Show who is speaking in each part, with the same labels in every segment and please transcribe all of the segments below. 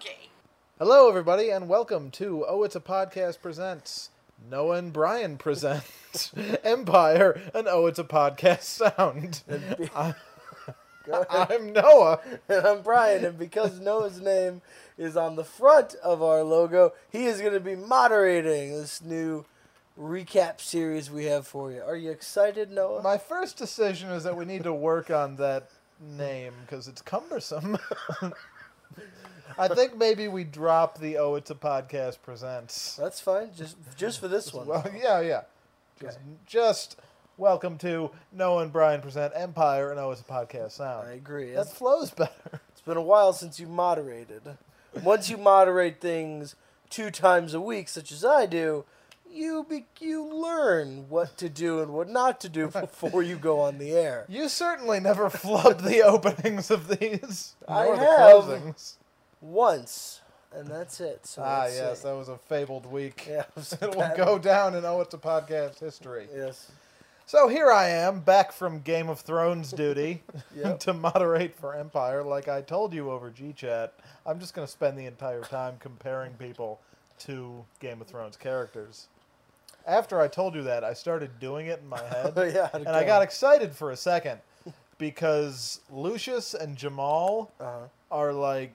Speaker 1: day.
Speaker 2: Hello, everybody, and welcome to Oh It's a Podcast presents Noah and Brian present Empire and Oh It's a Podcast sound. I- I'm Noah.
Speaker 3: And I'm Brian, and because Noah's name is on the front of our logo, he is going to be moderating this new recap series we have for you. Are you excited, Noah?
Speaker 2: My first decision is that we need to work on that name because it's cumbersome. I think maybe we drop the Oh It's a Podcast presents.
Speaker 3: That's fine, just just for this one.
Speaker 2: Well, yeah, yeah. Just, just welcome to Noah and Brian present Empire and Oh It's a Podcast sound.
Speaker 3: I agree.
Speaker 2: That
Speaker 3: It's-
Speaker 2: flows better.
Speaker 3: it's been a while since you moderated. Once you moderate things two times a week, such as I do, you be- you learn what to do and what not to do before you go on the air.
Speaker 2: You certainly never flubbed the openings of these.
Speaker 3: I
Speaker 2: nor the
Speaker 3: have.
Speaker 2: closings.
Speaker 3: Once, and that's it. So
Speaker 2: Ah,
Speaker 3: let's
Speaker 2: yes,
Speaker 3: see.
Speaker 2: that was a fabled week.
Speaker 3: yeah, it was a
Speaker 2: It will
Speaker 3: bad-
Speaker 2: go down and owe it to podcast history.
Speaker 3: Yes.
Speaker 2: So here I am, back from Game of Thrones duty
Speaker 3: Yep.
Speaker 2: to moderate for Empire, like I told you over GChat. I'm just going to spend the entire time comparing people to Game of Thrones characters. After I told you that, I started doing it in my head.
Speaker 3: Oh, yeah, how'd it
Speaker 2: and I
Speaker 3: go?
Speaker 2: got excited for a second because Lucius and Jamal
Speaker 3: Uh-huh.
Speaker 2: are like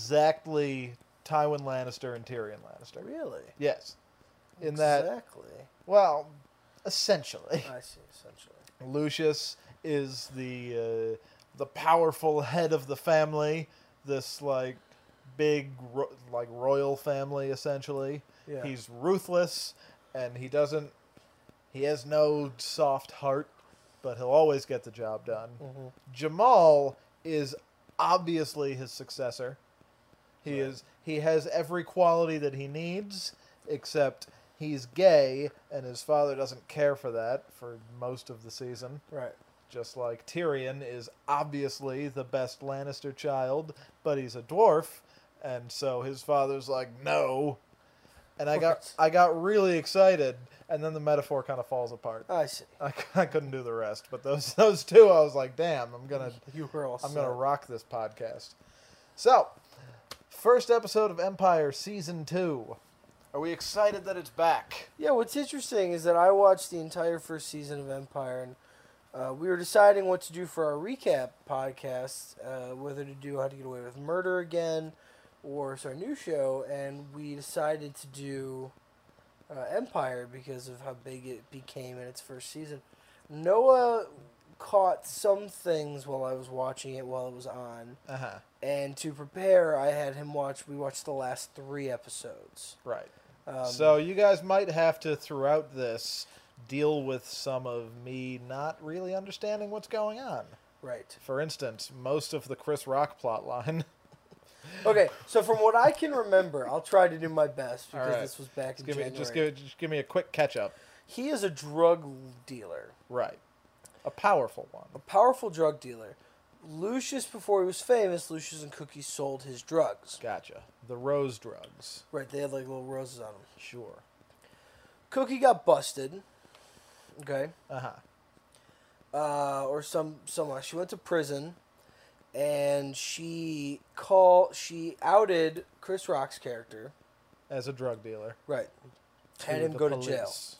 Speaker 2: exactly Tywin Lannister and Tyrion Lannister.
Speaker 3: Really?
Speaker 2: Yes. In that,
Speaker 3: exactly.
Speaker 2: well, essentially,
Speaker 3: I see. Essentially.
Speaker 2: Lucius is the uh, the powerful head of the family, this like big ro- like royal family essentially.
Speaker 3: Yeah.
Speaker 2: He's ruthless and he doesn't he has no soft heart, but he'll always get the job done.
Speaker 3: Mhm.
Speaker 2: Jamal is obviously his successor. He is he has every quality that he needs except he's gay and his father doesn't care for that for most of the season.
Speaker 3: Right.
Speaker 2: Just like Tyrion is obviously the best Lannister child, but he's a dwarf and so his father's like no. And I got
Speaker 3: Right.
Speaker 2: I got really excited and then the metaphor kind of falls apart.
Speaker 3: I see.
Speaker 2: I, c- I couldn't do the rest, but those those two I was like, damn, I'm going to
Speaker 3: You were all.
Speaker 2: I'm going to
Speaker 3: set.
Speaker 2: rock this podcast. So, first episode of Empire Season 2. Are we excited that it's back?
Speaker 3: Yeah. What's interesting is that I watched the entire first season of Empire, and uh, we were deciding what to do for our recap podcast, uh, whether to do How to Get Away with Murder again, or it's our new show, and we decided to do uh, Empire because of how big it became in its first season. Noah caught some things while I was watching it while it was on.
Speaker 2: Uh-huh.
Speaker 3: and to prepare, I had him watch. We watched the last three episodes.
Speaker 2: Right.
Speaker 3: Um,
Speaker 2: so, you guys might have to throughout this deal with some of me not really understanding what's going on.
Speaker 3: right.
Speaker 2: For instance, most of the Chris Rock plot line.
Speaker 3: Okay. So from what I can remember, I'll try to do my best
Speaker 2: All
Speaker 3: because
Speaker 2: right.
Speaker 3: this was back
Speaker 2: Just
Speaker 3: in
Speaker 2: give me
Speaker 3: January.
Speaker 2: just give just give me a quick catch up.
Speaker 3: He is a drug dealer,
Speaker 2: Right. A powerful one.
Speaker 3: a powerful drug dealer. Lucius, before he was famous, Lucius and Cookie sold his drugs.
Speaker 2: Gotcha. The rose drugs.
Speaker 3: Right. They had like little roses on them.
Speaker 2: Sure.
Speaker 3: Cookie got busted. Okay.
Speaker 2: Uh huh.
Speaker 3: uh, or some someone. She went to prison, and she call she outed Chris Rock's character.
Speaker 2: As a drug dealer.
Speaker 3: Right. Had
Speaker 2: to
Speaker 3: him
Speaker 2: the
Speaker 3: go to jail.
Speaker 2: police.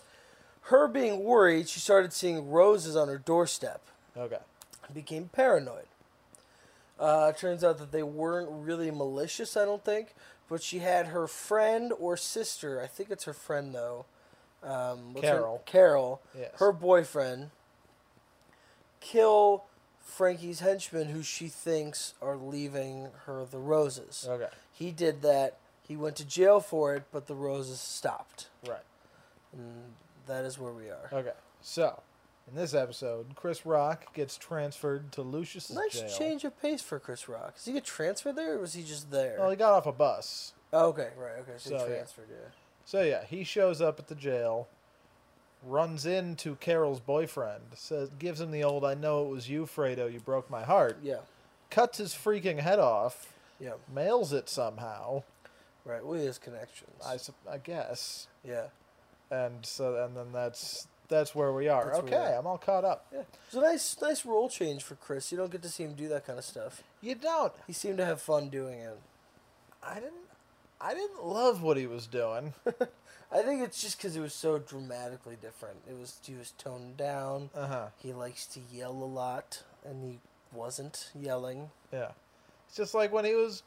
Speaker 3: Her being worried, she started seeing roses on her doorstep.
Speaker 2: Okay.
Speaker 3: and Became paranoid. Uh, turns out that they weren't really malicious, I don't think, but she had her friend or sister. I think it's her friend though. Um, what's her-
Speaker 2: Carol.
Speaker 3: Carol.
Speaker 2: Yes.
Speaker 3: Her boyfriend. Kill Frankie's henchmen, who she thinks are leaving her the roses.
Speaker 2: Okay.
Speaker 3: He did that. He went to jail for it, but the roses stopped.
Speaker 2: Right.
Speaker 3: And that is where we are.
Speaker 2: Okay. So, in this episode, Chris Rock gets transferred to Lucius'
Speaker 3: Nice
Speaker 2: jail.
Speaker 3: change of pace for Chris Rock. Is he get transferred there, or was he just there?
Speaker 2: Well, he got off a bus.
Speaker 3: Oh, okay, right, okay. So,
Speaker 2: So,
Speaker 3: he
Speaker 2: yeah.
Speaker 3: transferred, yeah.
Speaker 2: So yeah, he shows up at the jail, runs into Carol's boyfriend, says gives him the old "I know it was you, Fredo. You broke my heart."
Speaker 3: Yeah,
Speaker 2: Cuts his freaking head off.
Speaker 3: yeah,
Speaker 2: Mails it somehow.
Speaker 3: right. Well, he has connections.
Speaker 2: I, sup- I guess.
Speaker 3: yeah,
Speaker 2: And so and then that's that's where we are.
Speaker 3: That's where we
Speaker 2: okay,
Speaker 3: are.
Speaker 2: I'm all caught up.
Speaker 3: yeah. It's a nice, nice role change for Chris. You don't get to see him do that kind of stuff.
Speaker 2: You don't.
Speaker 3: He seemed to have fun doing it.
Speaker 2: I didn't. I didn't love what he was doing.
Speaker 3: I think it's just because it was so dramatically different. It was he was toned down.
Speaker 2: Uh huh.
Speaker 3: He likes to yell a lot, and he wasn't yelling.
Speaker 2: Yeah. It's just like when he was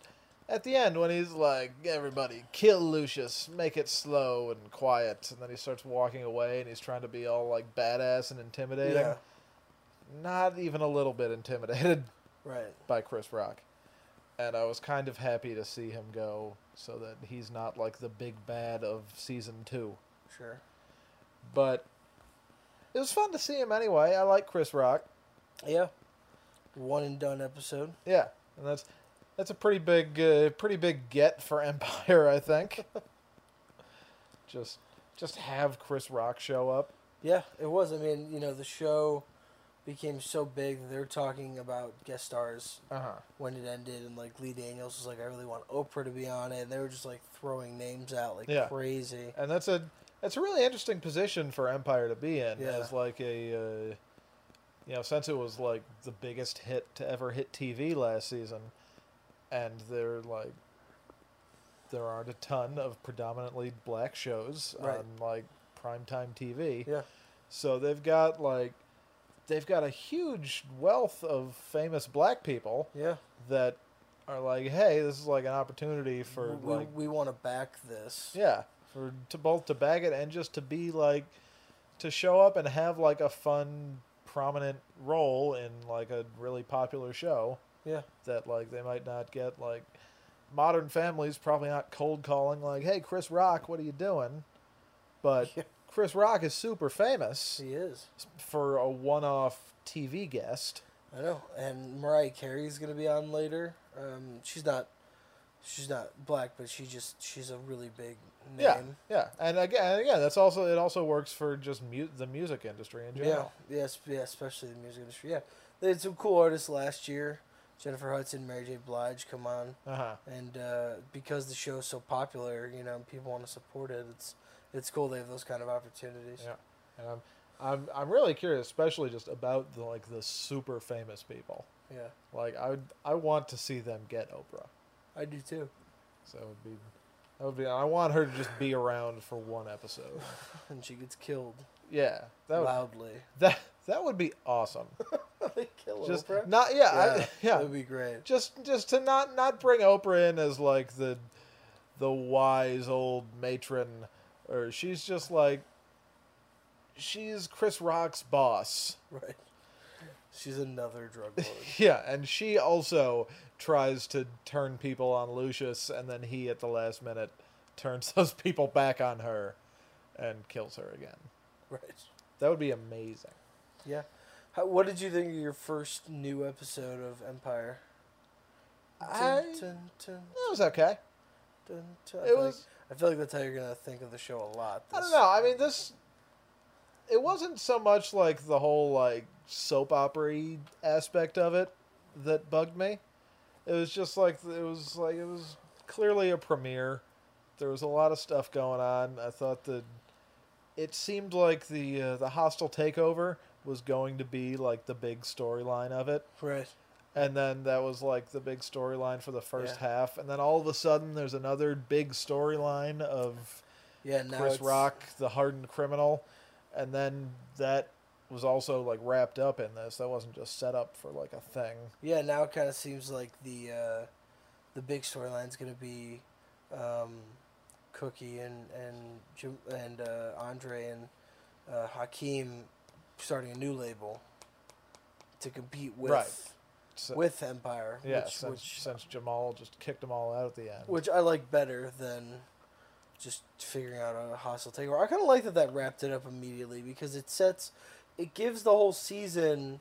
Speaker 2: at the end when he's like, "Everybody, kill Lucius, make it slow and quiet," and then he starts walking away and he's trying to be all like badass and intimidating.
Speaker 3: Yeah.
Speaker 2: Not even a little bit intimidated
Speaker 3: Right.
Speaker 2: by Chris Rock. And I was kind of happy to see him go so that he's not like the big bad of season 2.
Speaker 3: Sure.
Speaker 2: But it was fun to see him anyway. I like Chris Rock.
Speaker 3: Yeah. One and done episode.
Speaker 2: Yeah, and that's that's a pretty big uh, pretty big get for Empire, I think. just just have Chris Rock show up.
Speaker 3: Yeah, it was. I mean, you know, the show became so big. that They're talking about guest stars
Speaker 2: Uh huh.
Speaker 3: when it ended, and like Lee Daniels was like, "I really want Oprah to be on it." And they were just like throwing names out like
Speaker 2: Yeah.
Speaker 3: crazy.
Speaker 2: And that's a that's a really interesting position for Empire to be in
Speaker 3: Yeah.
Speaker 2: as like a uh, you know since it was like the biggest hit to ever hit TV last season, and they're like there aren't a ton of predominantly black shows
Speaker 3: Right.
Speaker 2: on like primetime TV.
Speaker 3: Yeah.
Speaker 2: So they've got like they've got a huge wealth of famous black people
Speaker 3: Yeah.
Speaker 2: that are like, hey, this is like an opportunity for
Speaker 3: we,
Speaker 2: like
Speaker 3: we want to back this.
Speaker 2: yeah, for to both to bag it and just to be like to show up and have like a fun prominent role in like a really popular show
Speaker 3: Yeah.
Speaker 2: that like they might not get like modern families probably not cold calling like hey chris rock what are you doing but
Speaker 3: Yeah.
Speaker 2: chris rock is super famous
Speaker 3: He is.
Speaker 2: for a one-off TV guest.
Speaker 3: I know. And Mariah Carey's gonna be on later. Um, she's not. She's not black, but she just she's a really big name.
Speaker 2: Yeah, yeah, and again, yeah, that's also it. Also works for just mu- the music industry in
Speaker 3: Yeah,
Speaker 2: general.
Speaker 3: yes, yeah, especially the music industry. Yeah, they had some cool artists last year. Jennifer Hudson, Mary J. Blige, come on,
Speaker 2: Uh huh.
Speaker 3: and uh, because the show's so popular, you know, people want to support it. It's it's cool they have those kind of opportunities.
Speaker 2: Yeah. And I'm, I'm, I'm really curious, especially just about the like the super famous people.
Speaker 3: Yeah,
Speaker 2: Like I, would, I want to see them get Oprah.
Speaker 3: I do too.
Speaker 2: So it would be, that would be. I want her to just be around for one episode.
Speaker 3: And she gets killed
Speaker 2: Yeah, that would,
Speaker 3: loudly.
Speaker 2: that that would be awesome.
Speaker 3: they kill
Speaker 2: just
Speaker 3: Oprah.
Speaker 2: not. Yeah,
Speaker 3: yeah,
Speaker 2: I, yeah.
Speaker 3: that would be great.
Speaker 2: just just to not not bring Oprah in as like the the wise old matron or she's just like she's Chris Rock's boss.
Speaker 3: Right. She's another drug lord.
Speaker 2: Yeah, and she also tries to turn people on Lucius and then he at the last minute turns those people back on her and kills her again.
Speaker 3: right.
Speaker 2: That would be amazing.
Speaker 3: Yeah. How, what did you think of your first new episode of Empire?
Speaker 2: I-
Speaker 3: dun, dun,
Speaker 2: That was okay.
Speaker 3: dun, dun. I
Speaker 2: It
Speaker 3: feel
Speaker 2: was
Speaker 3: Like, I feel like that's how you're gonna think of the show a lot.
Speaker 2: I don't
Speaker 3: this-
Speaker 2: know. I mean, this. It wasn't so much like the whole like soap opera aspect of it that bugged me. It was just like it was like it was clearly a premiere. There was a lot of stuff going on. I thought that it seemed like the uh, the hostile takeover was going to be like the big storyline of it,
Speaker 3: Right.
Speaker 2: and then that was like the big storyline for the first half, and then all of a sudden there's another big storyline of
Speaker 3: Yeah. Now
Speaker 2: Chris
Speaker 3: it's-
Speaker 2: Rock, the hardened criminal, and then that was also like wrapped up in this. That wasn't just set up for like a thing.
Speaker 3: Yeah. Now it kind of seems like the uh, the big storyline's gonna be um, Cookie and and Jim, and uh, Andre and uh, Hakeem starting a new label to compete with.
Speaker 2: Right. So,
Speaker 3: with Empire,
Speaker 2: yeah,
Speaker 3: which,
Speaker 2: since,
Speaker 3: which
Speaker 2: since Jamal just kicked them all out at the end.
Speaker 3: which I like better than just figuring out a hostile takeover. I kind of like that that wrapped it up immediately because it sets, it gives the whole season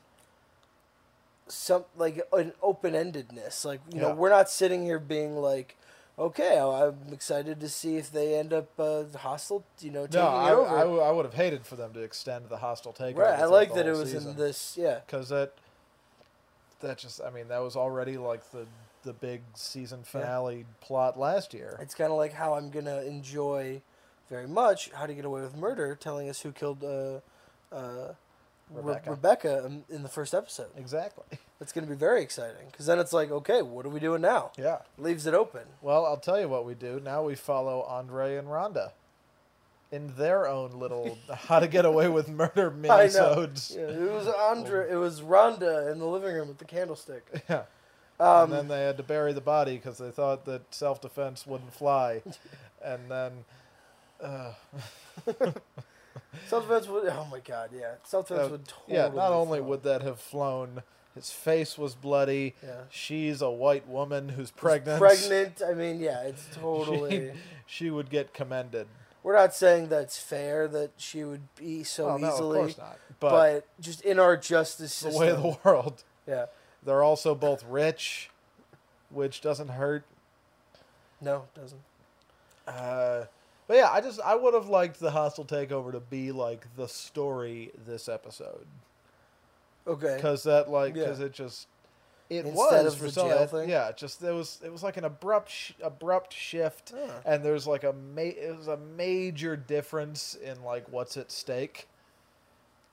Speaker 3: some like an open endedness. Like you know,
Speaker 2: Yeah.
Speaker 3: we're not sitting here being like. Okay, oh, I'm excited to see if they end up uh, hostile, you know, taking
Speaker 2: no, I,
Speaker 3: it over.
Speaker 2: I, I would have hated for them to extend the hostile takeover.
Speaker 3: right, I like that it was in this, yeah,
Speaker 2: because that that just I mean that was already like the the big season finale plot last year.
Speaker 3: It's kind of like how I'm gonna enjoy very much How to Get Away with Murder, telling us who killed uh, uh,
Speaker 2: Rebecca.
Speaker 3: Re- Rebecca in- in the first episode.
Speaker 2: exactly.
Speaker 3: That's going to be very exciting because then it's like, okay, what are we doing now?
Speaker 2: Yeah.
Speaker 3: Leaves it open.
Speaker 2: Well, I'll tell you what we do. Now we follow Andre and Rhonda in their own little how to get away with murder
Speaker 3: I know.
Speaker 2: minisodes.
Speaker 3: Yeah, it was Andre. It was Rhonda in the living room with the candlestick.
Speaker 2: Yeah. and
Speaker 3: Um,
Speaker 2: then they had to bury the body because they thought that self defense wouldn't fly. and then uh,
Speaker 3: South Vets would. Oh my God, yeah. South Vets
Speaker 2: Uh,
Speaker 3: would totally.
Speaker 2: yeah, not only
Speaker 3: flop.
Speaker 2: would that have flown, his face was bloody.
Speaker 3: Yeah.
Speaker 2: She's a white woman who's pregnant.
Speaker 3: Pregnant. I mean, yeah, it's
Speaker 2: She,
Speaker 3: totally.
Speaker 2: she would get commended.
Speaker 3: We're not saying that's fair that she would be so
Speaker 2: oh, no,
Speaker 3: easily,
Speaker 2: of course not.
Speaker 3: but,
Speaker 2: But,
Speaker 3: just in our justice
Speaker 2: the
Speaker 3: system.
Speaker 2: way of the world.
Speaker 3: yeah.
Speaker 2: They're also both rich, which doesn't hurt.
Speaker 3: No, it doesn't.
Speaker 2: Uh, but yeah, I just I would have liked the hostile takeover to be like the story this episode
Speaker 3: Okay.
Speaker 2: because that like
Speaker 3: Yeah.
Speaker 2: because it just it
Speaker 3: Instead
Speaker 2: was
Speaker 3: of
Speaker 2: for
Speaker 3: the
Speaker 2: some
Speaker 3: jail
Speaker 2: it-
Speaker 3: thing?
Speaker 2: yeah just there was it was like an abrupt sh- abrupt shift
Speaker 3: Huh.
Speaker 2: and there's like a ma- it was a major difference in like what's at stake.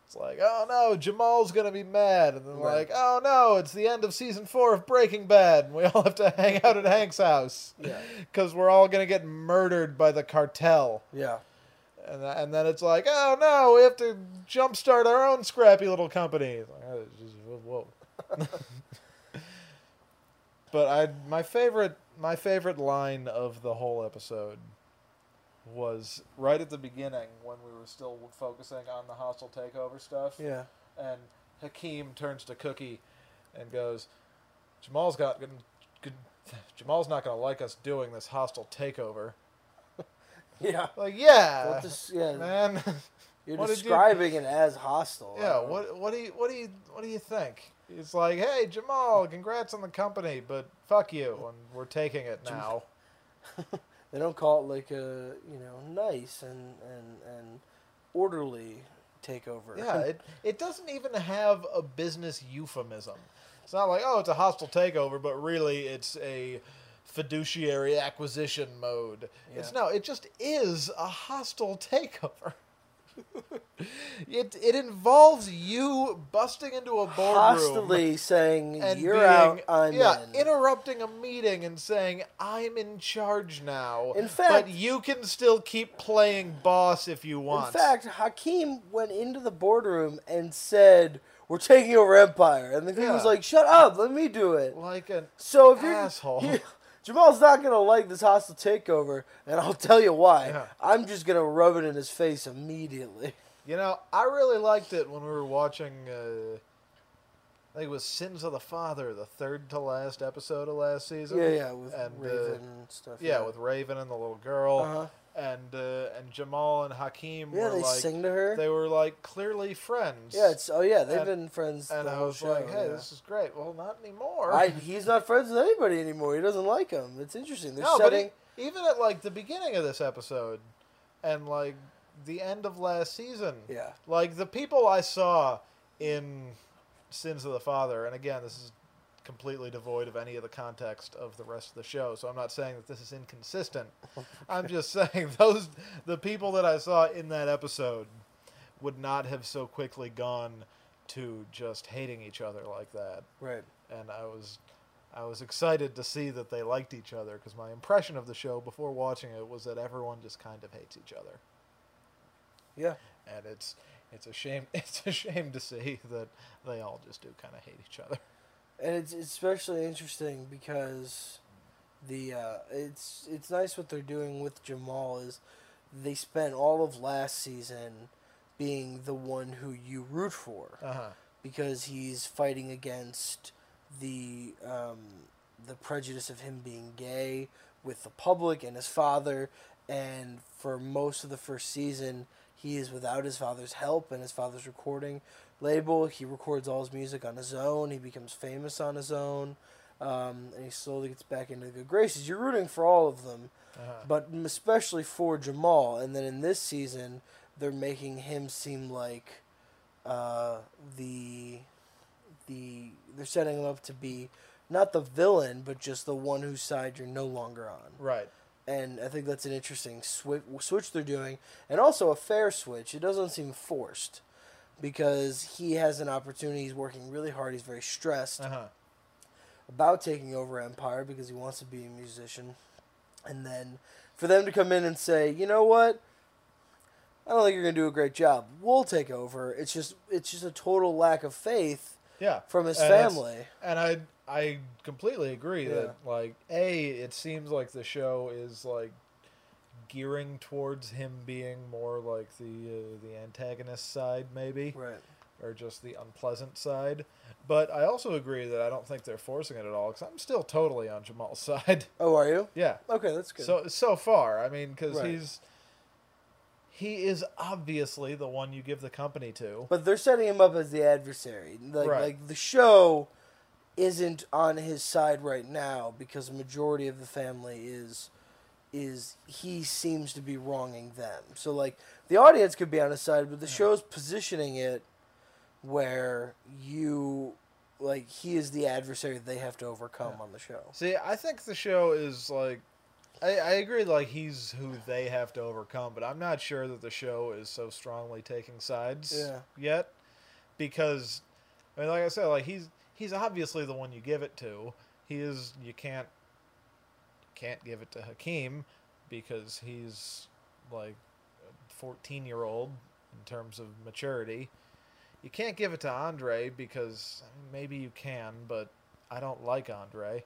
Speaker 2: It's like oh no Jamal's gonna be mad and then
Speaker 3: Right.
Speaker 2: like oh no it's the end of season four of Breaking Bad and we all have to hang out at Hank's house.
Speaker 3: Yeah.
Speaker 2: because we're all gonna get murdered by the cartel.
Speaker 3: Yeah.
Speaker 2: And, th- and then it's like, oh no, we have to jumpstart our own scrappy little company. It's Like, oh, it's just- whoa, whoa. but I, my favorite, my favorite line of the whole episode was right at the beginning when we were still focusing on the hostile takeover stuff,
Speaker 3: Yeah.
Speaker 2: and Hakeem turns to Cookie and goes, "Jamal's got, gon- gon- Jamal's not gonna like us doing this hostile takeover."
Speaker 3: Yeah.
Speaker 2: Like, yeah,
Speaker 3: What this, yeah.
Speaker 2: Uh, man.
Speaker 3: You're
Speaker 2: what did you-
Speaker 3: describing it as hostile. I
Speaker 2: yeah.
Speaker 3: don't know.
Speaker 2: What what do you what do you what do you think? It's like, hey, Jamal, congrats on the company, but fuck you, and we're taking it
Speaker 3: Jam-
Speaker 2: now.
Speaker 3: They don't call it like a you know nice and and and orderly takeover.
Speaker 2: Yeah, it it doesn't even have a business euphemism. It's not like, oh, it's a hostile takeover, but really, it's a fiduciary acquisition mode. It's
Speaker 3: Yeah.
Speaker 2: no, it just is a hostile takeover. it it involves you busting into a boardroom.
Speaker 3: hostily saying
Speaker 2: and
Speaker 3: you're
Speaker 2: being,
Speaker 3: out, I'm
Speaker 2: yeah,
Speaker 3: in.
Speaker 2: interrupting a meeting and saying I'm in charge now.
Speaker 3: In fact-
Speaker 2: but you can still keep playing boss if you
Speaker 3: In
Speaker 2: want.
Speaker 3: fact, Hakeem went into the boardroom and said, "We're taking over Empire," and the king was
Speaker 2: Yeah.
Speaker 3: like, "Shut up, let me do it."
Speaker 2: like an
Speaker 3: So if you're
Speaker 2: Asshole.
Speaker 3: you- Jamal's not gonna like this hostile takeover, and I'll tell you why.
Speaker 2: Yeah.
Speaker 3: I'm just gonna rub it in his face immediately.
Speaker 2: you know, I really liked it when we were watching. Uh, I think it was Sins of the Father, the third to last episode of last season.
Speaker 3: Yeah, yeah, with
Speaker 2: and, uh,
Speaker 3: Raven and stuff.
Speaker 2: yeah, with Raven and the little girl,
Speaker 3: Uh-huh.
Speaker 2: and uh, and Jamal and Hakeem
Speaker 3: yeah,
Speaker 2: were
Speaker 3: they
Speaker 2: like
Speaker 3: sing to her.
Speaker 2: they were like clearly friends.
Speaker 3: yeah, it's oh yeah, they've
Speaker 2: and-
Speaker 3: been friends.
Speaker 2: and
Speaker 3: the
Speaker 2: I
Speaker 3: whole
Speaker 2: was
Speaker 3: show,
Speaker 2: like, hey,
Speaker 3: yeah.
Speaker 2: this is great. Well, not anymore.
Speaker 3: I, he's not friends with anybody anymore. He doesn't like him. It's interesting. They're
Speaker 2: No, but
Speaker 3: setting.
Speaker 2: e- even at like the beginning of this episode, and like the end of last season,
Speaker 3: yeah,
Speaker 2: like the people I saw in Sins of the Father, and again, this is completely devoid of any of the context of the rest of the show, so I'm not saying that this is inconsistent. I'm just saying those the people that I saw in that episode would not have so quickly gone to just hating each other like that
Speaker 3: right.
Speaker 2: and I was I was excited to see that they liked each other because my impression of the show before watching it was that everyone just kind of hates each other,
Speaker 3: Yeah,
Speaker 2: and it's it's a shame it's a shame to see that they all just do kind of hate each other.
Speaker 3: and it's it's especially interesting because the uh, it's it's nice what they're doing with Jamal is they spent all of last season being the one who you root for
Speaker 2: Uh huh.
Speaker 3: because he's fighting against the um, the prejudice of him being gay with the public and his father, and for most of the first season, he is without his father's help and his father's recording label. He records all his music on his own. He becomes famous on his own, um, and he slowly gets back into the good graces. You're rooting for all of them
Speaker 2: Uh-huh.
Speaker 3: but especially for Jamal. And then in this season, they're making him seem like uh, the the they're setting him up to be not the villain, but just the one whose side you're no longer on.
Speaker 2: Right.
Speaker 3: And I think that's an interesting swi- switch they're doing, and also a fair switch. It doesn't seem forced. because he has an opportunity. He's working really hard. He's very stressed
Speaker 2: Uh huh.
Speaker 3: about taking over Empire because he wants to be a musician. And then for them to come in and say, you know what? I don't think you're gonna do a great job. We'll take over. It's just it's just a total lack of faith
Speaker 2: Yeah.
Speaker 3: from his
Speaker 2: And that's-
Speaker 3: family.
Speaker 2: And I I completely agree
Speaker 3: Yeah.
Speaker 2: that like a it seems like the show is like gearing towards him being more like the uh, the antagonist side maybe
Speaker 3: Right.
Speaker 2: or just the unpleasant side. But I also agree that I don't think they're forcing it at all because I'm still totally on Jamal's side.
Speaker 3: Oh, are you?
Speaker 2: yeah.
Speaker 3: Okay, that's good.
Speaker 2: So so far, I mean, because
Speaker 3: Right.
Speaker 2: he's he is obviously the one you give the company to.
Speaker 3: But they're setting him up as the adversary. Like,
Speaker 2: Right.
Speaker 3: like the show isn't on his side right now because the majority of the family is is he seems to be wronging them. So like the audience could be on his side, but the show's positioning it where you like he is the adversary they have to overcome on the show.
Speaker 2: See, I think the show is like, I, I agree, like he's who they have to overcome, but I'm not sure that the show is so strongly taking sides
Speaker 3: Yeah.
Speaker 2: yet, because, I mean, like I said, like he's he's obviously the one you give it to. He is you can't can't give it to Hakeem because he's like a 14 year old in terms of maturity. You can't give it to Andre because I mean, maybe you can, but I don't like Andre.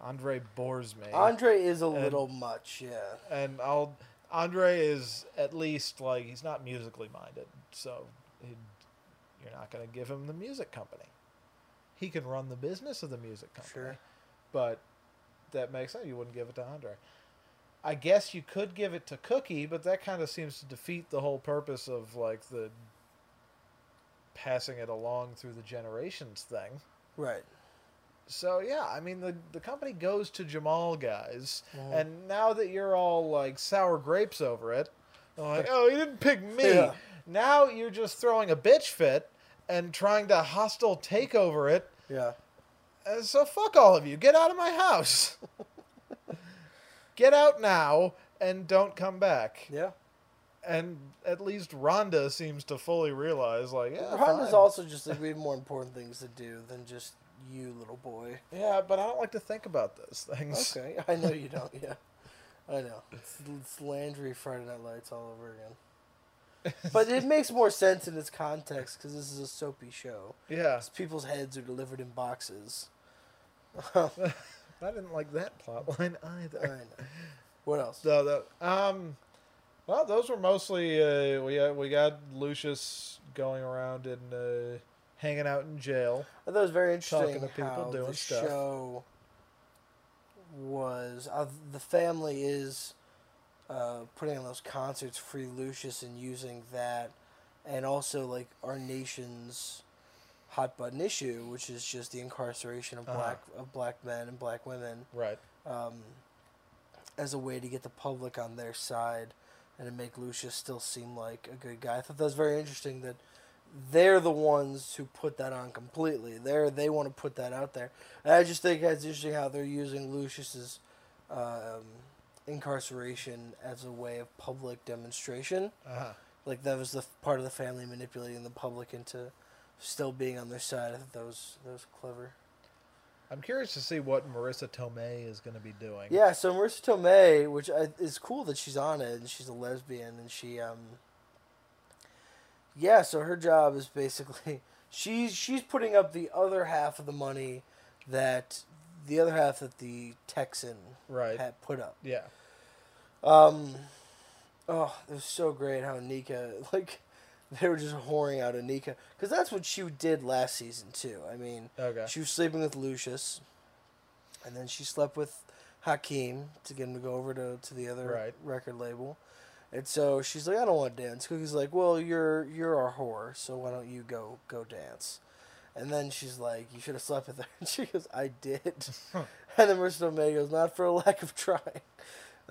Speaker 2: Andre bores me.
Speaker 3: Andre is a
Speaker 2: And-
Speaker 3: little much, yeah.
Speaker 2: and I'll Andre is at least like he's not musically minded, so he, you're not going to give him the music company. He can run the business of the music company.
Speaker 3: Sure.
Speaker 2: But that makes sense. You wouldn't give it to Andre. I guess you could give it to Cookie, but that kind of seems to defeat the whole purpose of like the passing it along through the generations thing.
Speaker 3: Right.
Speaker 2: So yeah, I mean the the company goes to Jamal guys,
Speaker 3: Mhm.
Speaker 2: and now that you're all like sour grapes over it, I'm like, oh, you didn't pick me.
Speaker 3: Yeah.
Speaker 2: Now you're just throwing a bitch fit and trying to hostile take over it.
Speaker 3: Yeah.
Speaker 2: Uh, so fuck all of you. Get out of my house. Get out now and don't come back.
Speaker 3: Yeah.
Speaker 2: And at least Rhonda seems to fully realize, like, yeah,
Speaker 3: Rhonda's
Speaker 2: fine.
Speaker 3: also just like we have more important things to do than just you little boy.
Speaker 2: yeah, but I don't like to think about those things.
Speaker 3: Okay, I know you don't. Yeah, I know. It's, it's Landry Friday Night Lights all over again. But it makes more sense in its context because this is a soapy show.
Speaker 2: Yeah,
Speaker 3: 'Cause People's heads are delivered in boxes.
Speaker 2: I didn't like that plot line either.
Speaker 3: I know. What else?
Speaker 2: No, that um, well, those were mostly uh, we uh, we got Lucius going around and uh, hanging out in jail.
Speaker 3: I thought it was very interesting
Speaker 2: Talking to people,
Speaker 3: how
Speaker 2: doing
Speaker 3: the
Speaker 2: stuff.
Speaker 3: show was uh, the family is uh, putting on those concerts, Free Lucius, and using that, and also like our nation's hot button issue, which is just the incarceration of
Speaker 2: Uh-huh.
Speaker 3: black of black men and black women
Speaker 2: Right.
Speaker 3: um, as a way to get the public on their side and to make Lucius still seem like a good guy. I thought that was very interesting that they're the ones who put that on completely. They're, they want to put that out there. And I just think it's interesting how they're using Lucius's um, incarceration as a way of public demonstration.
Speaker 2: Uh-huh.
Speaker 3: Like that was the f- part of the family manipulating the public into still being on their side. I thought that was, that was clever.
Speaker 2: I'm curious to see what Marissa Tomei is going to be doing.
Speaker 3: Yeah, so Marissa Tomei, which I, is cool that she's on it, and she's a lesbian, and she, um, yeah, so her job is basically she's she's putting up the other half of the money that the other half that the Texan
Speaker 2: Right.
Speaker 3: had put up.
Speaker 2: Yeah.
Speaker 3: Um, oh, it was so great how Nika like they were just whoring out Anika because that's what she did last season too. I mean,
Speaker 2: Okay.
Speaker 3: she was sleeping with Lucius, and then she slept with Hakeem to get him to go over to, to the other
Speaker 2: Right.
Speaker 3: record label. And so she's like, I don't want to dance. Cookie's like, Well, you're you're our whore, so why don't you go go dance? And then she's like, You should have slept with her. And she goes, I did. and then Marissa Tomei goes, Not for a lack of trying.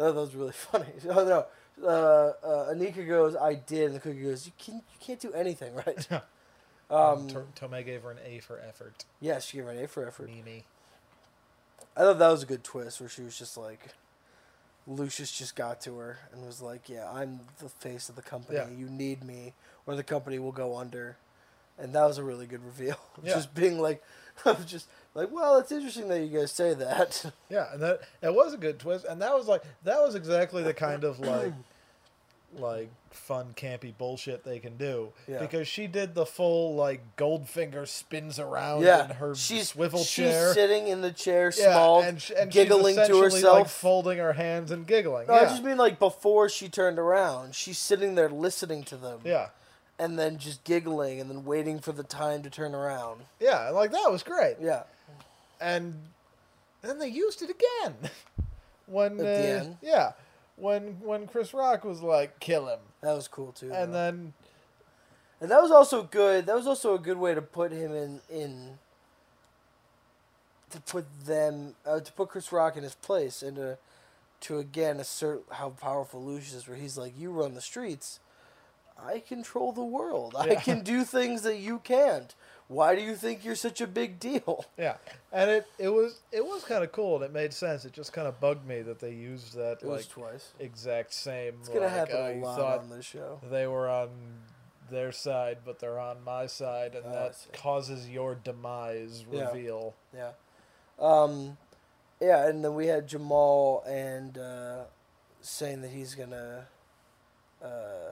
Speaker 3: Oh, that was really funny. Oh no. Uh, uh, Anika goes, I did, and the cookie goes, you can you can't do anything, right? um,
Speaker 2: T- Tomei gave her an A for effort.
Speaker 3: yeah, she gave her an A for effort.
Speaker 2: Mimi.
Speaker 3: I thought that was a good twist where she was just like, Lucius just got to her and was like, "Yeah, I'm the face of the company.
Speaker 2: Yeah.
Speaker 3: You need me, or the company will go under." And that was a really good reveal.
Speaker 2: Yeah.
Speaker 3: just being like, I was just like, "Well, it's interesting that you guys say that."
Speaker 2: Yeah, and that that was a good twist, and that was like that was exactly the kind of like like fun campy bullshit they can do
Speaker 3: Yeah.
Speaker 2: because she did the full like Goldfinger spins around
Speaker 3: yeah,
Speaker 2: Oh, in her
Speaker 3: she's
Speaker 2: swivel
Speaker 3: she's
Speaker 2: chair.
Speaker 3: sitting in the chair,
Speaker 2: yeah,
Speaker 3: small,
Speaker 2: and, sh- and
Speaker 3: giggling
Speaker 2: she's
Speaker 3: to
Speaker 2: essentially, like
Speaker 3: herself.
Speaker 2: folding her hands and giggling.
Speaker 3: no,
Speaker 2: yeah,
Speaker 3: I just mean like before she turned around, she's sitting there listening to them,
Speaker 2: yeah,
Speaker 3: and then just giggling, and then waiting for the time to turn around.
Speaker 2: yeah, and, like that was great.
Speaker 3: Yeah,
Speaker 2: and then they used it again when
Speaker 3: At the
Speaker 2: uh,
Speaker 3: end?
Speaker 2: yeah when when Chris Rock was like kill him,
Speaker 3: that was cool too.
Speaker 2: and
Speaker 3: though.
Speaker 2: then
Speaker 3: And that was also good. That was also a good way to put him in in to put them uh, to put Chris Rock in his place and to to again assert how powerful Lucius is. Where he's like, "You run the streets, I control the world. I
Speaker 2: Yeah.
Speaker 3: can do things that you can't. Why do you think you're such a big deal?"
Speaker 2: Yeah, and it it was it was kind of cool and it made sense. It just kind of bugged me that they used that
Speaker 3: It
Speaker 2: like
Speaker 3: was twice.
Speaker 2: exact same.
Speaker 3: It's gonna
Speaker 2: like,
Speaker 3: happen
Speaker 2: oh,
Speaker 3: a
Speaker 2: you
Speaker 3: lot
Speaker 2: thought
Speaker 3: on this show.
Speaker 2: they were on their side, but they're on my side, and
Speaker 3: Oh, I
Speaker 2: that
Speaker 3: see.
Speaker 2: causes your demise
Speaker 3: Yeah.
Speaker 2: reveal.
Speaker 3: Yeah. Um, yeah, and then we had Jamal and uh, saying that he's gonna uh,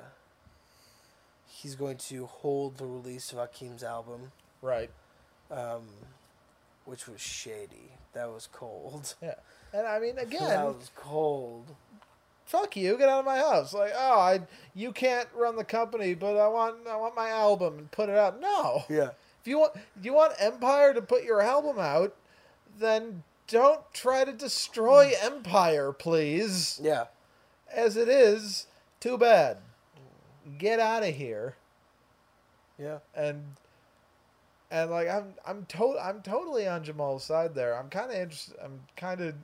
Speaker 3: he's going to hold the release of Hakeem's album,
Speaker 2: Right.
Speaker 3: um, which was shady. That was cold.
Speaker 2: Yeah. And I mean,
Speaker 3: That
Speaker 2: again,
Speaker 3: was cold.
Speaker 2: fuck you, get out of my house. Like, oh, I you can't run the company, but I want I want my album and put it out. No.
Speaker 3: Yeah.
Speaker 2: If you want if you want Empire to put your album out, then don't try to destroy
Speaker 3: Mm.
Speaker 2: Empire, please.
Speaker 3: Yeah.
Speaker 2: As it is, too bad. Get out of here
Speaker 3: Yeah.
Speaker 2: and and like I'm I'm to- I'm totally on Jamal's side there. I'm kind of interested. I'm kind of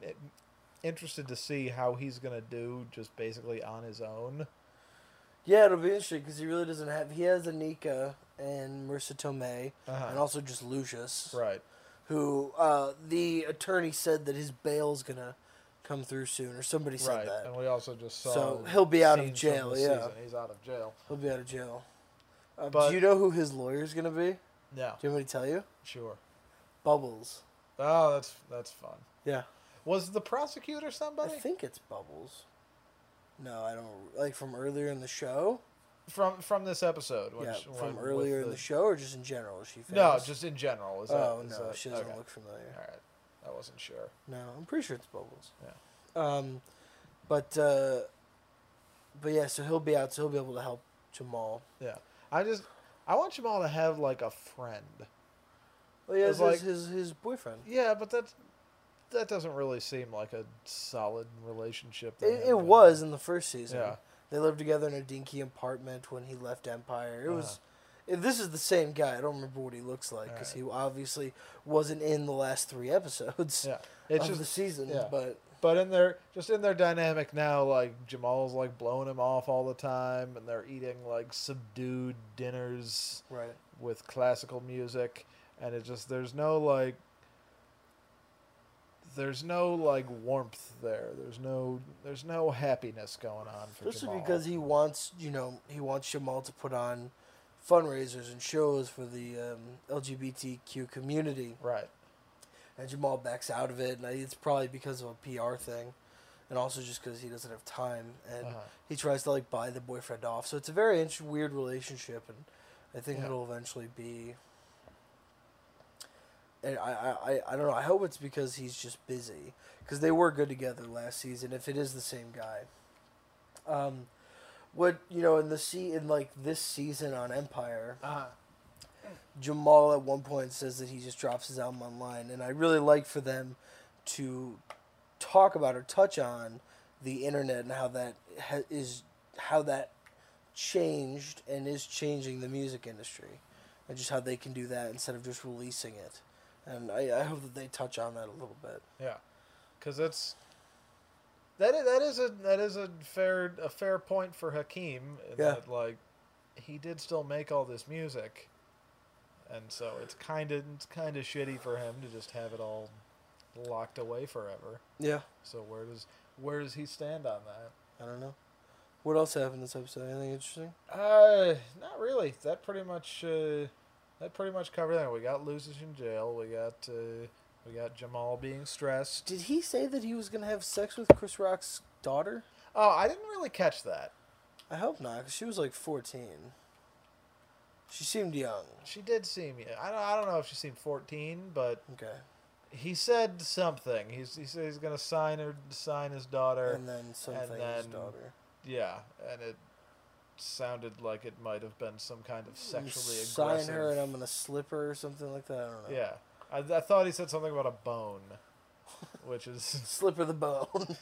Speaker 2: interested to see how he's gonna do just basically on his own.
Speaker 3: Yeah, it'll be interesting because he really doesn't have. He has Anika and Marissa Tomei,
Speaker 2: Uh-huh.
Speaker 3: and also just Lucius.
Speaker 2: Right.
Speaker 3: who uh, the attorney said that his bail's gonna come through soon, or somebody said
Speaker 2: Right.
Speaker 3: that.
Speaker 2: And we also just saw.
Speaker 3: So he'll be out of
Speaker 2: scenes from
Speaker 3: jail,
Speaker 2: the
Speaker 3: yeah.
Speaker 2: season. He's out of jail.
Speaker 3: He'll be out of jail. Uh,
Speaker 2: But-
Speaker 3: do you know who his lawyer's gonna be?
Speaker 2: Yeah.
Speaker 3: Do you want me to tell you?
Speaker 2: Sure.
Speaker 3: Bubbles.
Speaker 2: Oh, that's that's fun.
Speaker 3: Yeah.
Speaker 2: Was the prosecutor
Speaker 3: I
Speaker 2: somebody
Speaker 3: think it's Bubbles. No, I don't. Like from earlier in the show.
Speaker 2: from from this episode? Which,
Speaker 3: yeah,
Speaker 2: when-
Speaker 3: from
Speaker 2: with
Speaker 3: earlier in the show, or just in general? Is she. Famous?
Speaker 2: No, just in general. Is that,
Speaker 3: oh
Speaker 2: is
Speaker 3: no,
Speaker 2: that-
Speaker 3: she doesn't
Speaker 2: okay.
Speaker 3: look familiar.
Speaker 2: All right, I wasn't sure.
Speaker 3: No, I'm pretty sure it's Bubbles.
Speaker 2: Yeah.
Speaker 3: Um, but uh, but yeah, so he'll be out. So he'll be able to help Jamal.
Speaker 2: Yeah, I just I want Jamal to have like a friend.
Speaker 3: Well, yeah,
Speaker 2: It's
Speaker 3: his,
Speaker 2: like-
Speaker 3: his his boyfriend.
Speaker 2: Yeah, but that that doesn't really seem like a solid relationship. they
Speaker 3: It,
Speaker 2: have
Speaker 3: it
Speaker 2: going.
Speaker 3: was in the first season.
Speaker 2: Yeah.
Speaker 3: They lived together in a dinky apartment when he left Empire. It was.
Speaker 2: Uh-huh.
Speaker 3: It, this is the same guy. I don't remember what he looks like because he obviously wasn't in the last three episodes
Speaker 2: Yeah, it's
Speaker 3: of
Speaker 2: just
Speaker 3: the season.
Speaker 2: yeah.
Speaker 3: But
Speaker 2: But in their just in their dynamic now, like Jamal's like blowing him off all the time, and they're eating like subdued dinners
Speaker 3: right,
Speaker 2: with classical music, and it just there's no like there's no like warmth there. There's no there's no happiness going on for
Speaker 3: especially
Speaker 2: Jamal.
Speaker 3: because he wants you know he wants Jamal to put on fundraisers and shows for the um, LGBTQ community,
Speaker 2: right,
Speaker 3: and Jamal backs out of it. And I, it's probably because of a PR thing, and also just because he doesn't have time and.
Speaker 2: uh-huh.
Speaker 3: he tries to like buy the boyfriend off. So it's a very int- weird relationship, and I think
Speaker 2: Yeah.
Speaker 3: it'll eventually be. And I, I, I, I don't know. I hope it's because he's just busy because they were good together last season. If it is the same guy, um, what you know in the sea in like this season on Empire,
Speaker 2: Uh-huh.
Speaker 3: Jamal at one point says that he just drops his album online, and I really like for them to talk about or touch on the internet and how that ha- is how that changed and is changing the music industry, and just how they can do that instead of just releasing it. And I, I hope that they touch on that a little bit.
Speaker 2: Yeah, because it's that is, that is a that is a fair a fair point for Hakeem. In
Speaker 3: Yeah.
Speaker 2: That, like he did still make all this music, and so it's kind of it's kind of shitty for him to just have it all locked away forever.
Speaker 3: Yeah,
Speaker 2: So where does Where does he stand on that?
Speaker 3: I don't know. What else happened this episode? Anything interesting?
Speaker 2: Uh, not really. That pretty much uh, that pretty much covered that. We got losers in jail. We got uh, we got Jamal being stressed.
Speaker 3: Did he say that he was gonna have sex with Chris Rock's daughter?
Speaker 2: Oh, I didn't really catch that.
Speaker 3: I hope not, 'cause she was like fourteen. She seemed young.
Speaker 2: She did seem. I don't. I don't know if she seemed fourteen, but
Speaker 3: Okay.
Speaker 2: he said something. He's he said he's gonna sign her, sign his daughter.
Speaker 3: And then something his
Speaker 2: then-
Speaker 3: daughter.
Speaker 2: yeah, and it sounded like it might have been some kind of
Speaker 3: You
Speaker 2: sexually
Speaker 3: sign
Speaker 2: aggressive.
Speaker 3: her and I'm gonna slip her or something like that. I don't know.
Speaker 2: yeah, I, I thought he said something about a bone, which is
Speaker 3: Slip her the bone.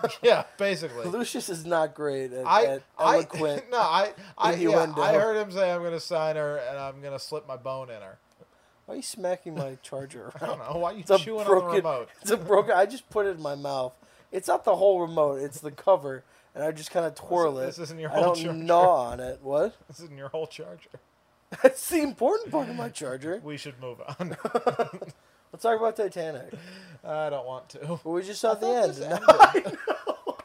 Speaker 2: yeah, basically.
Speaker 3: Lucius is not great at,
Speaker 2: I
Speaker 3: at
Speaker 2: I
Speaker 3: eloquent.
Speaker 2: no I I yeah,
Speaker 3: innuendo.
Speaker 2: I heard him say I'm gonna sign her and I'm gonna slip my bone in her.
Speaker 3: Why are you smacking my charger
Speaker 2: I don't
Speaker 3: around?
Speaker 2: know why you
Speaker 3: It's a
Speaker 2: chewing on the
Speaker 3: broken.
Speaker 2: remote.
Speaker 3: It's a broken. I just put it in my mouth. It's not the whole remote. It's the cover, and I just kind of twirl
Speaker 2: This-
Speaker 3: it.
Speaker 2: This isn't your
Speaker 3: I
Speaker 2: whole
Speaker 3: don't
Speaker 2: charger.
Speaker 3: gnaw on it. What?
Speaker 2: This isn't your whole charger.
Speaker 3: That's the important part of my charger.
Speaker 2: We should move on.
Speaker 3: Let's talk about Titanic.
Speaker 2: I don't want to.
Speaker 3: But we just saw the end.
Speaker 2: this
Speaker 3: I know.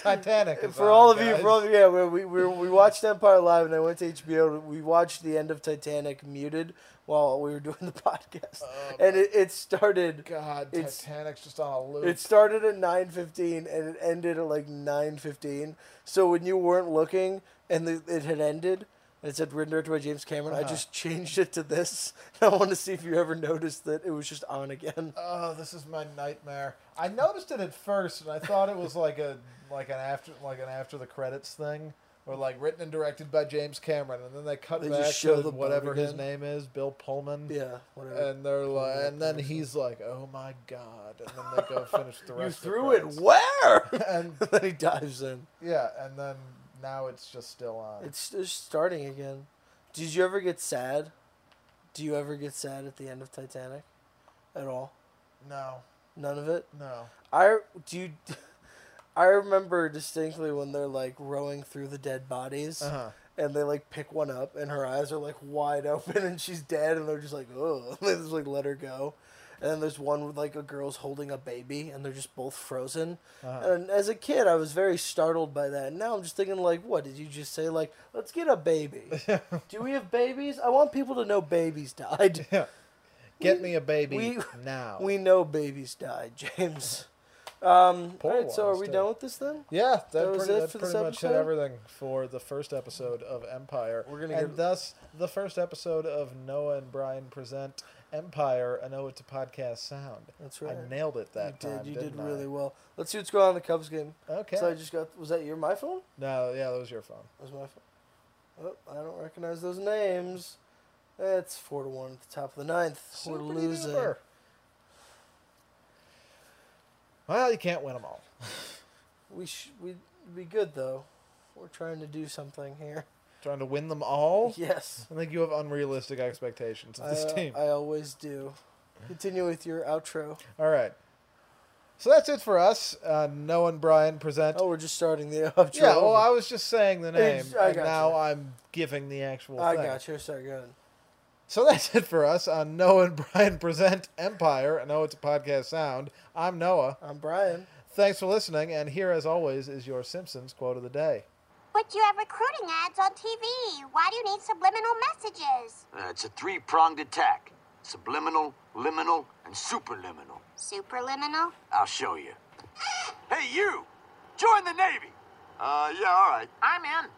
Speaker 2: Titanic. is
Speaker 3: For
Speaker 2: on,
Speaker 3: all of you, for all
Speaker 2: guys.
Speaker 3: of you, yeah, we, we, we watched Empire Live and I went to HBO. We watched the end of Titanic muted while we were doing the podcast.
Speaker 2: Oh,
Speaker 3: and it, it started
Speaker 2: God,
Speaker 3: It's-
Speaker 2: Titanic's just on a loop.
Speaker 3: It started at nine fifteen and it ended at like nine fifteen. So when you weren't looking and the, it had ended and it said written directed by James Cameron, I
Speaker 2: Uh-huh.
Speaker 3: just changed it to this. I want to see if you ever noticed that it was just on again.
Speaker 2: oh, this is my nightmare. I noticed it at first, and I thought it was like a like an after like an after the credits thing, or like written and directed by James Cameron, and then they cut
Speaker 3: They just
Speaker 2: back
Speaker 3: show
Speaker 2: to
Speaker 3: the
Speaker 2: whatever
Speaker 3: boat
Speaker 2: his
Speaker 3: again.
Speaker 2: name is, Bill Pullman.
Speaker 3: Yeah, whatever.
Speaker 2: And they're like,
Speaker 3: Pullman,
Speaker 2: and then
Speaker 3: Pullman.
Speaker 2: he's like, "Oh my god!" And then they go finish the
Speaker 3: you
Speaker 2: rest. of the
Speaker 3: threw it
Speaker 2: credits.
Speaker 3: where?
Speaker 2: And
Speaker 3: then he dives in.
Speaker 2: yeah, and then now it's just still on.
Speaker 3: It's just starting again. Did you ever get sad? Do you ever get sad at the end of Titanic? At all?
Speaker 2: no,
Speaker 3: None of it?
Speaker 2: no.
Speaker 3: I do you, I remember distinctly when they're like rowing through the dead bodies
Speaker 2: Uh-huh.
Speaker 3: and they like pick one up and her eyes are like wide open and she's dead and they're just like oh they just like let her go and then there's one with like a girl's holding a baby and they're just both frozen
Speaker 2: Uh-huh.
Speaker 3: and as a kid I was very startled by that and now I'm just thinking like what did you just say like let's get a baby do we have babies I want people to know babies died
Speaker 2: Yeah. Get me a baby
Speaker 3: we-
Speaker 2: now.
Speaker 3: we know babies died James um,
Speaker 2: Poor
Speaker 3: all right so are
Speaker 2: ones,
Speaker 3: we
Speaker 2: too.
Speaker 3: done with this then.
Speaker 2: yeah, that,
Speaker 3: That was
Speaker 2: pretty,
Speaker 3: it
Speaker 2: that
Speaker 3: for
Speaker 2: pretty
Speaker 3: this
Speaker 2: much hit
Speaker 3: episode?
Speaker 2: everything for the first episode of Empire.
Speaker 3: We're gonna
Speaker 2: and
Speaker 3: get-
Speaker 2: thus the first episode of Noah and Brian present Empire, an ode to podcast sound.
Speaker 3: That's right.
Speaker 2: I nailed it that
Speaker 3: you
Speaker 2: time.
Speaker 3: did. You
Speaker 2: didn't
Speaker 3: did
Speaker 2: I?
Speaker 3: really well. Let's see what's going on in the Cubs game.
Speaker 2: Okay.
Speaker 3: So I just got. Was that your my phone?
Speaker 2: No, yeah, that was your phone.
Speaker 3: Was my phone? Oh, I don't recognize those names. That's four to one at the top of the ninth. We're
Speaker 2: Super
Speaker 3: losing.
Speaker 2: duper. Well, you can't win them all.
Speaker 3: We sh- we be good though. We're trying to do something here.
Speaker 2: Trying to win them all?
Speaker 3: Yes.
Speaker 2: I think you have unrealistic expectations of
Speaker 3: I,
Speaker 2: this team.
Speaker 3: Uh, I always do. Continue with your outro.
Speaker 2: All right. So that's it for us. Uh, Noah and Brian present.
Speaker 3: Oh, we're just starting the outro.
Speaker 2: yeah, well,
Speaker 3: over.
Speaker 2: I was just saying the name,
Speaker 3: I
Speaker 2: and
Speaker 3: gotcha.
Speaker 2: now I'm giving the actual
Speaker 3: I
Speaker 2: thing.
Speaker 3: got you. Sorry, go ahead.
Speaker 2: So that's it for us on Noah and Brian present Empire. I know it's a podcast sound. I'm Noah.
Speaker 3: I'm Brian.
Speaker 2: Thanks for listening, and here, as always, is your Simpsons quote of the day.
Speaker 1: But you have recruiting ads on TV. Why do you need subliminal messages?
Speaker 4: Uh, it's a three pronged attack subliminal, liminal, and superliminal.
Speaker 1: Superliminal?
Speaker 4: I'll show you. Hey, you! Join the Navy! Uh, yeah, all right. I'm in.